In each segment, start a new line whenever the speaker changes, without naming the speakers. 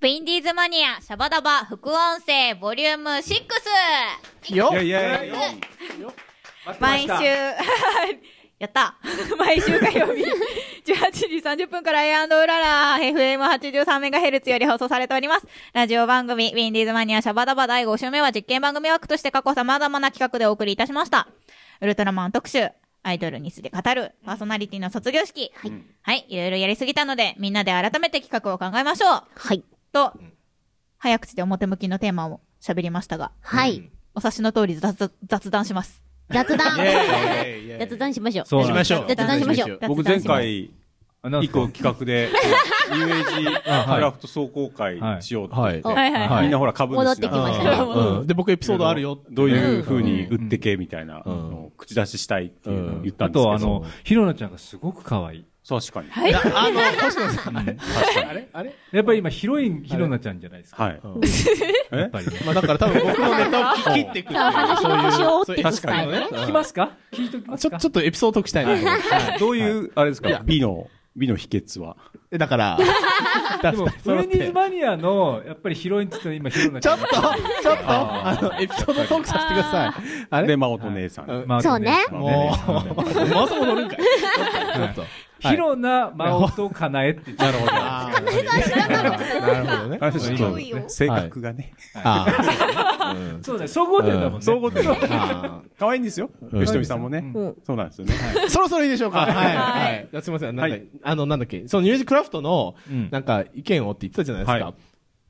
プインディーズマニア、シャバダバ副音声、ボリューム6。
よ
いやいやいや
毎週、 やった。毎週火曜日、18時30分から A& うらら、FM83MHz より放送されております。ラジオ番組、ウィンディーズマニアシャバダバ第5週目は実験番組枠として過去様々な企画でお送りいたしました。ウルトラマン特集、アイドルにすで語る、パーソナリティの卒業式。はい。はい、いろいろやりすぎたので、みんなで改めて企画を考えましょう。
はい。
と、早口で表向きのテーマを喋りましたが、
はい。
お察しの通り雑雑談します。
雑 談。
いやいや
雑談しましょう。
そう
しましょう
雑談しましょう。
僕前回、一個企画で、UAG ドラフト総公開しようって言って、
はい
はい
はい
みんなほら株主なんで
戻ってきましたね
うん、で僕エピソードあるよ
どういう風に売ってけみたいなのを口出ししたいっていうのを言った
あ
んです
と、
け
あの
ど、、
ひろなちゃんがすごく可愛い。
確かに。
いやあの星野さんあれあれあれ
やっぱり今、ヒロインひろなちゃんじゃないですか。
はい。
やっぱりね。
まあだから多分僕のネタを切切っていくっていうそういう
話を折
そう
っ
いう
ていくスタイルね
確かに
聞き
ね
ますか聞いとき
う
ま
んち
す
ょ
か
ちょっとエピソード解きたいなと思って
どういう、あれですか、美の、美の秘訣は。
えだから
で
だ
も、フ
揃っ
レンディー
て
ズマニアの、やっぱりヒロインって言ったら今、ヒロナ
ち
ち
ょ
ゃ
っ
ん。
と、ちょっと、あの、エピソードトークさせてください。あれ
で、まおと姉さん。
まあ
そうね
まあ
もう、まさも乗るんかい。ちょっと。
ヒロナ、マオとカナエって言って。なるほど。
あーなるほどね。
あれちょっと、性格がね。
ああ。うん
そうだね、総合点だもんね。
総合的に
あ
可愛いんですよ。
うん
吉富さんもね。そうなんですよね。
ー そろそろいいでしょうか。はい。はいあ。すみません。なん
は
か
い、
あの、なんだっけ、そのニュージークラフトの
うん、
なんか、意見をって言ってたじゃないです
は
か。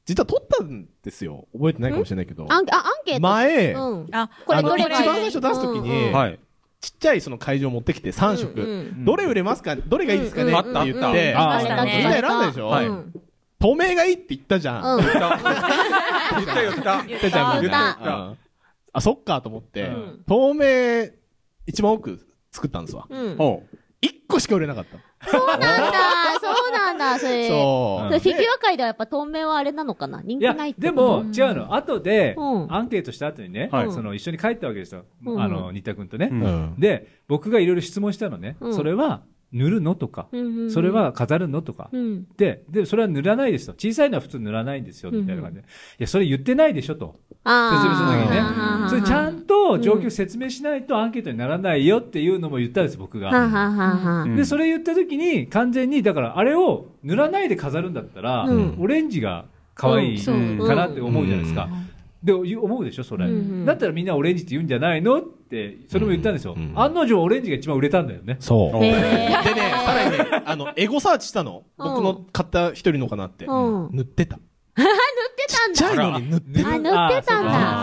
実は取ったんですよ。覚えてないかもしれないけど。
アンケあ、アンケート。
前
うん。
あ、
これ
あの
どれ
一
がいい
番最初出すときに、
はい。
ちっちゃいその会場持ってきて3色、
うん
ん
どれ売れますかどれがいいですかね、
うん
って言っ
うんうん
て、
うん
あ
出した
あ
み
ー
んな選んだでしょ、
はい
うん
透明がいいって言ったじゃん。
うん
言った言った。
言ったじゃん、みんな
言った
うんあ、そっかと思って、
うん
透明、一番多く作ったんですわ。
うん。
おう
一個しか売れなかった。
そうなんだ、そうなんだ、それ。
そうう。
ん
で
フィギュア界ではやっぱ透明はあれなのかな人
い
気
や
ないっ、て
で
こと
も、違うの。後で、
うん
アンケートした後にね、
はい
その一緒に帰ったわけですよ。
うん
あの、新田君とね。
うん
うん
で、僕がいろいろ質問したのね。
うん
それは、塗るのとか、
うんうんうん
それは飾るのとか。
うん。
で、で、それは塗らないですと。小さいのは普通塗らないんですよ、みたいな感じで。いや、それ言ってないでしょ、と。説明する
あ
ときにね
あ。
それちゃんと状況説明しないとアンケートにならないよっていうのも言ったんです、僕
はあ
が。
はあはあはあ
うん
で、それ言ったときに、完全に、だから、あれを塗らないで飾るんだったら
うん、
オレンジが可愛いか
うんそう
なって思うじゃないですか。で、思うでしょ、それ
うんうん。
だったらみんなオレンジって言うんじゃないのって、それも言ったんですよ
うんう。ん
案の定オレンジが一番売れたんだよね。
そう。
おう
で
へー
ね、さらにね、あの、エゴサーチしたの。
うん
僕の買った一人のかなって。
うん
塗ってた。
出たん
ちっち
だ
ゃいのに塗ってた。
あ塗ってたん
塗
だ
ってた。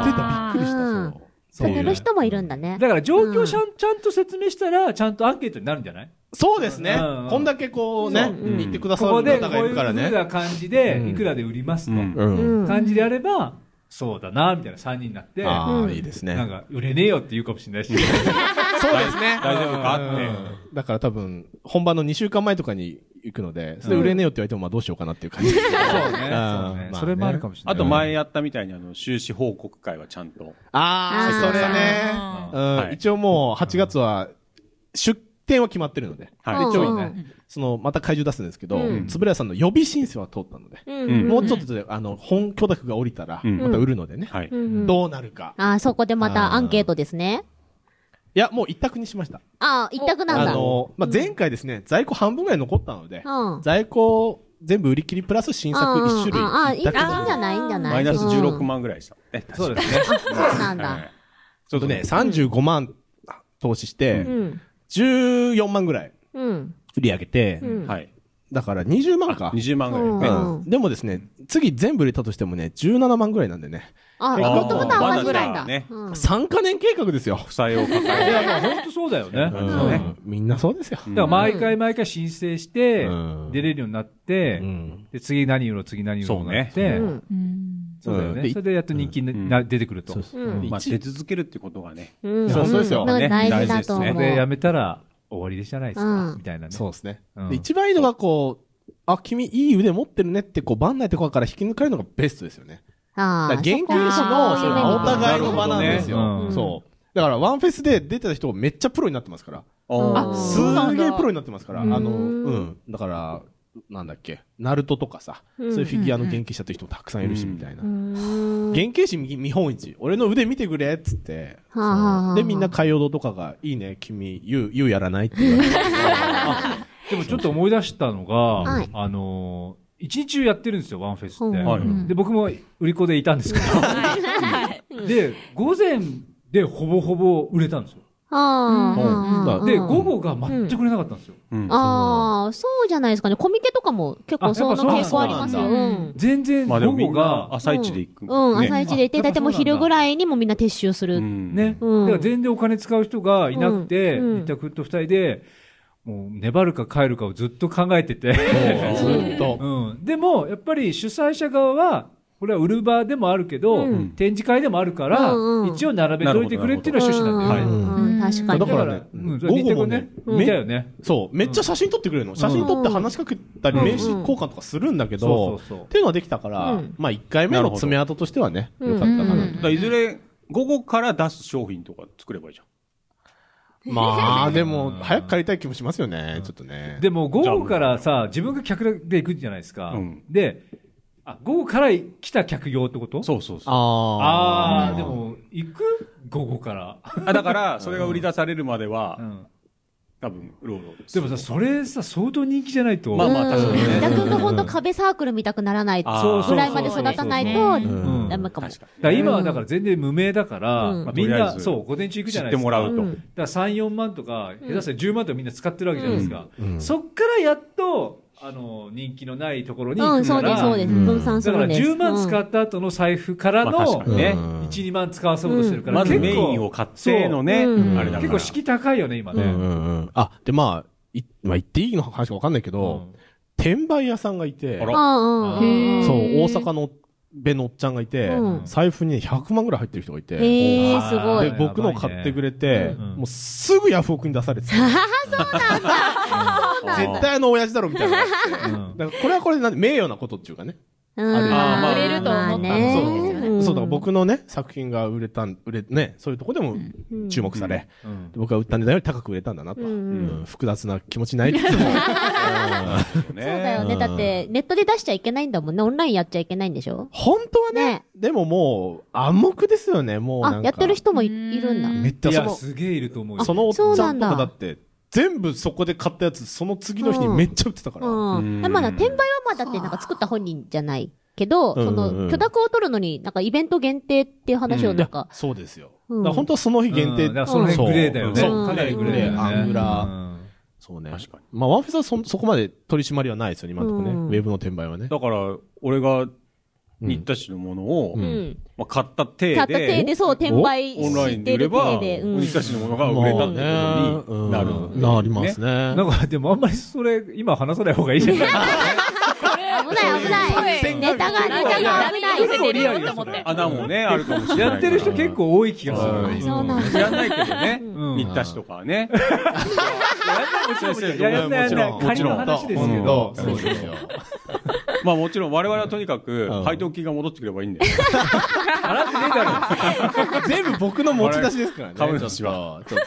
びっくりした、
うん
そう。
それ塗る人もいるんだね。
だから状況ちゃんちゃんと説明したら、ちゃんとアンケートになるんじゃない
そうですね
うん。
こんだけこうね、
うん
言ってくださ
こ
る
こ
方
でこう
がい
いう
るから
ふう
ね。
な感じで
う、ん
いくらで売りますと、
うん
うん
うん
感じであれば、そうだな、みたいな3人になって、な
あ
う
あ、
ん
いいです
ん
ね。
か、売れねえよって言うかもしれないし、
そうですね。
大丈夫かって。
うんだから多分、本番の2週間前とかに行くので、それ売れねえよって言われても、まあどうしようかなっていう感じ。
そうね
あー
そうね
まあね
それもあるかもしれな
あ
い。
と前やったみたいにあの収支報告会はちゃんと。
ああ、それね。
あ
は
う
い
ん、一応もう8月は、出店は決まってるので、
はい
うん
一応
うん
ね、その、また怪獣出すんですけど
うん、
つぶらやさんの予備申請は通ったので、
うん
もうちょっとで、あの、本許諾が降りたら、
うん
また売るのでね、
はい。
うんうん
どうなるか。
ああ、そこでまたアンケートですね。
いや、もう一択にしました。
ああ、一択なん
あ
だ。
の、まあ、前回ですね、在庫半分ぐらい残ったので、
うん。
在庫全部売り切りプラス新作一種類。
ああ、いいん
一
じ
択
ゃないいいんじゃない
マイナス16
うん
万ぐらいでした。え、確か
そうですね。
そうな
は
んだ。
い
ちょっとね、35万投資して
う、ん。
14万ぐらい
うん。
売り上げて
う、ん。
はい。
だから20万か。
20万ぐらい。
うん
ね
うんでもですね、次全部入れたとしてもね、17万ぐらいなんでね、
あ、
ー
もともと合わせたん
まだ
だ。
ね
うん
3カ年計画ですよ。
負債を抱
い
え
や、まあ本当そうだよね。
う
うん
んみんなそうですよ。
て。
だから毎回毎回申請して
うん、
出れるようになって
う、ん
で、次何売ろう、次何売ろうになって
う、ん。
うん
そうだよ
うん
ね。それでやっと人気にな出てくると。
そうそ
うん
う
まあ出続けるってことがね。
うん。
そうそうですよ
んなんか大事だと
ね
思
大
う。
事
で、やめたら終わりでじゃないです
う
か
ん、
みたいなね。
そうですね
うん。
で一番いいのがこう、あ、君いい腕持ってるねって、こう、番内とかから引き抜かれるのがベストですよね。
ああ
だから原型師の、そ
そう
の
か
お互いの場なんです
なるほど
よ。
ね
そう。だから、ワンフェスで出てた人がめっちゃプロになってますから。
ん
あ
あ
す
そう
なんだ
げえプロになってますから。あの、
うん
うん。だから、なんだっけ、ナルトとかさ、そういうフィギュアの原型者って人もたくさんいるし、
うん
みたいな。
うん
原型師見見本市。俺の腕見てくれっつって。
はあはあはあ
そうで、みんな海洋堂とかが、いいね、君、言う、言うやらないって言われて。
でもちょっと思い出したのが、
はい
あのー一日中やってるんですよ、ワンフェスって。
はい
で、僕も売り子でいたんですけ
はい
ど、で、午前でほぼほぼ売れたんですよ。
はあ
う
はあ
で、午後が全く売れなかったんですよ。
うん
ああ、そうじゃないですかね。コミケとかも結構その傾向ありますよ。
あ
う
やっぱ
ん。
全然
まあで
午
もみ
後
んな
が、
朝一で行く。
うん、朝一で行っ
あ
て、だいたいもう昼ぐらいにもみんな撤収す
う
る。
ん
ね、
うん
だから全然お金使う人がいなくて、
うんうん
一択と二人で、もう粘るか帰るかをずっと考えてて、
ず っと。
うん、でも、やっぱり主催者側は、これは売る場でもあるけど、
うん
展示会でもあるから、
うんうん
一応並べといてくれっていうのは趣旨なんだよね。
うんうん確か
だ
に
か。らね
だ、うん、
午後も
ね
ね、、
見たよね。
そう、めっちゃ写真撮ってくれるの。写真撮って話しかけたり、
うん
名刺交換とかするんだけ
そう
ど、
そうそう
っていうのはできたから、
うん
まあ1回目の爪痕としてはね、
な
良
る
かっ
ほ
た
ど
かなと。
うん
だからいずれ、午後から出す商品とか作ればいいじゃん。
まあ、でも、早く帰りたい気もしますよね、ちょっとね。
でも午後からさ、自分が客で行くじゃないですか。
うん
であ、午後から来た客用ってこと
そうそうそう。
あ
ああー、でも、行く午後から。
あだから、 それが売り出されるまでは
う、ん
多分、うろうろ。
でもさ、それさ、相当人気じゃないと。
まあまあ確かにね
伊田君が本当壁サークルみたくならない
あー
ぐらいまで育たない
そうで
と
すね
うん
ダメかも。
確か
だから今はだから全然無名だから、
うん
まあみんな、
まあとりあえず
そう、午前中行くじ
知
ゃな
っ
い
て
ですか。
もらうと。
うん
だから3、4万とか、下手したら10万とかみんな使ってるわけじゃないですか。
うんうん
そっからやっと、あの、人気のないところに
う
行
ん、
く
そ
か
うです、
ら、
そうです。
うん
分散す
だか
る
ら
んです。
10万使
う
った後の財布からの、
まあ確かに
ね、
ね
1、2万使わそうとしてるから、
まず
結構
メインを買ってのね、
うん
あれだから。
結構敷居高いよね、今
うんう
ね。
んうんあ、で、まあ、いまあ、言っていいのか話かわかんないけど、転売屋さんがいて
あ、
ん
ら
ああ、
へ
うん
そう、大阪の弁のおっちゃんがいて
うん、
財布にね100万ぐらい入ってる人がいて、
へえ、すご。
は
で、
いやばいね
僕のを買ってくれて、
うん
もうすぐヤフオクに出されてた。
あー
絶対あの親父だろみ たいな。
うん
だからこれはこれでなんで名誉なことっていうかね。
うん
ある
あー
売れると思ったん
ね
ですよね
そう、だから僕のね、作品が売れたん、売れ、ね、そういうとこでも注目され、
うん
僕が売った値段より高く売れたんだなと。
うん
うん複雑な気持ちないつつも。
ね
そうだよね。だって、ネットで出しちゃいけないんだもんね。オンラインやっちゃいけないんでしょ
本当はね
ね、
でももう暗黙ですよね、もうなん
あ
か。、
やってる人もい
うん
いるんだ。
めっち
い
ゃ
や、
そ
すげえいると思う
の、
よ。
そのおっちゃん
そうなん
と
だ
かだって、全部そこで買ったやつ、その次の日にめっちゃ売ってたから。
うん。
ん
でまだ転売はまあだってなんか作った本人じゃないけど、
うん
そ
うんう
の
ん
許諾を取るのになんかイベント限定っていう話を
い
なん
や
か、
そうですよ。
うん
だから本当はその日限定
うんだからその辺グレーだよね。
そう
かなりグレーだよね。
あぐら
うん
そうね。
確かに。
まあ、ワンフェスはそ、そこまで取り締まりはないですよね、今のところね。
うん
ウェブの転売はね。
だから、俺が、新田市のものを、
うん
まあ、買った体で、
買った手でそう、転売
オンライ
し
ンで
て
売れ
る
ば、
手
売
で、う
り
ん。
出しのものが売れたってことになる。
うんなりますね。
なんか、でもあんまりそれ、今話さない方がいいじゃない
危ない危ない。ネタが、ネタが危ない。
見せてるよと思って。
穴 もね、あるかもしれない。
やってる人結構多い気がす
あ
る。
ー
そうなんだ
知らないけどね、
うん
新田市とかはね。
いややんないやんない仮の話ですけど
も。ちろんそうですよ。
まあもちろん我々はとにかく
うん、
配当金が戻ってくればいいんだよ。
払ってねえだろ。
全部僕の持ち出しですからね。
株主は
ちょっと。ちょっ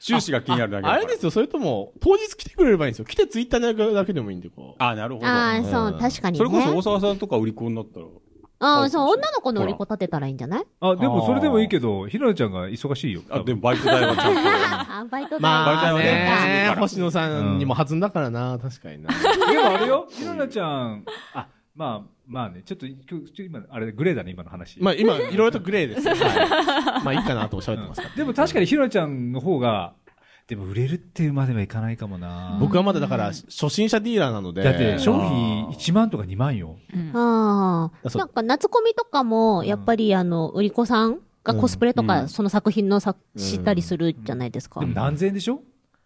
収支が気になるだけ
と
だか
あ
ら
れですよ、それとも、当日来てくれればいいんですよ。来てツイッターに上げるだけでもいいんで、こう。
あ、なるほど。
ああ、
う
そ
ん
う、確かに
それこそ
ね
大。沢さんとか売り子になったら、
ああ、そう、女の子の売り子立てたらいいんじゃない
あ、でもそれでもいいけど、ひなちゃんが忙しいよ。
あ、でもバイト代はち ゃん
あ、バイト代。
まあ
バイト代
ね
は、ね
星野さんにも弾んだからな、確かにな。
でもあれよ、 ひなちゃん、あ、まあ、まあね、ちょっと、ちょっと今、あれ、グレーだね、今の話。
まあ今、いろいろとグレーですよ。はいまあいいかなと喋ってますから。
でも確かにひなちゃんの方が、でも売れるっていうまではいかないかもな。
僕はまだだから、初心者ディーラーなので。
だって、商品1万とか2万よ。
ああ。
そう
なんか、夏コミとかも、やっぱり、あの、売り子さんがコスプレと
う
か、
ん
その作品のさ、したりするじゃないですか
で。も何千円でしょ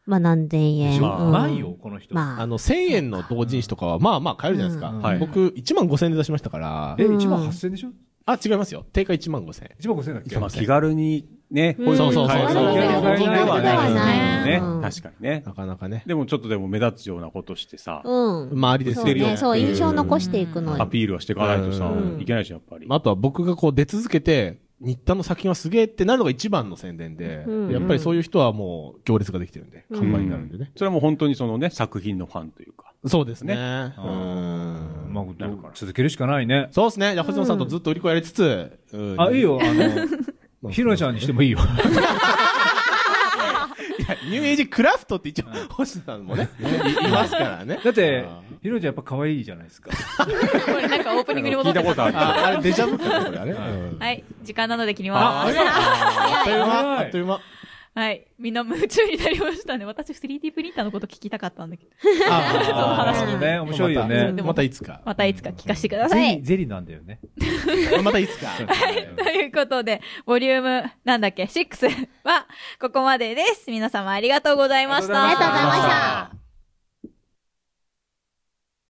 まあ、何千
でし
円。
ょ
うん
万よ、この人。
ま
あ
あ。
の、1000円の同人誌とかは、まあまあ買えるじゃないですか。
うん
はい
僕、1万5000円で出しましたから
え、、1万8000円でしょ
あ、違いますよ。定価1万5000円。
?1 万5000円だっけ
と。気軽にね、こういう
そうそうそう
買える
そう
お金で買えない
そうそうそう
わね
うん
ね。確かにね。
なかなかね。
でもちょっとでも目立つようなことしてさ、
うん。
周りです
そ
よ
出
う
るよ
ね、
ね。
そう、印象残していくの
ア。ピールはしていかないとさ
う、ん
いけないじゃん、やっぱり。
まああとは僕がこう出続けて、新田の作品はすげえってなるのが一番の宣伝で、
うん
やっぱりそういう人はもう行列ができてるんで、
うん
看板になるんでね。
それはもう本当にそのね、作品のファンというか。
そうですね。
ね
うん。
まあ、続けるしかないね。
そうですね。じゃあ、星野さんとずっと売り子やりつつ、うん
あ、いい。よ、あ
う
の、ひろちゃんにしてもいい よ。
いやニューエイジクラフトって一応、星野さんもね、いいますからね。
だって
あ、
ひろちゃんやっぱ可愛いじゃないですか。
これなんかオープニングに戻
聞
っ
いた
て
ことある。
あ、あれデジャブかな、これ、あれ。うん
はい、時間なので切り
あ、
ま
あ
す
れ。あっという間、
はい
あっという間。
はい。みんな夢中になりましたね。私 3D プリンターのこと聞きたかったんだけど。
その話もね、面白いよね。
またいつか。
またいつか聞かせてくだ
ゼ
さい
リー、。ゼリーなんだよね。
またいつか。
ということで、ボリューム、なんだっけ、6は、ここまでです。皆様ありがとうございました。
ありがとうございました。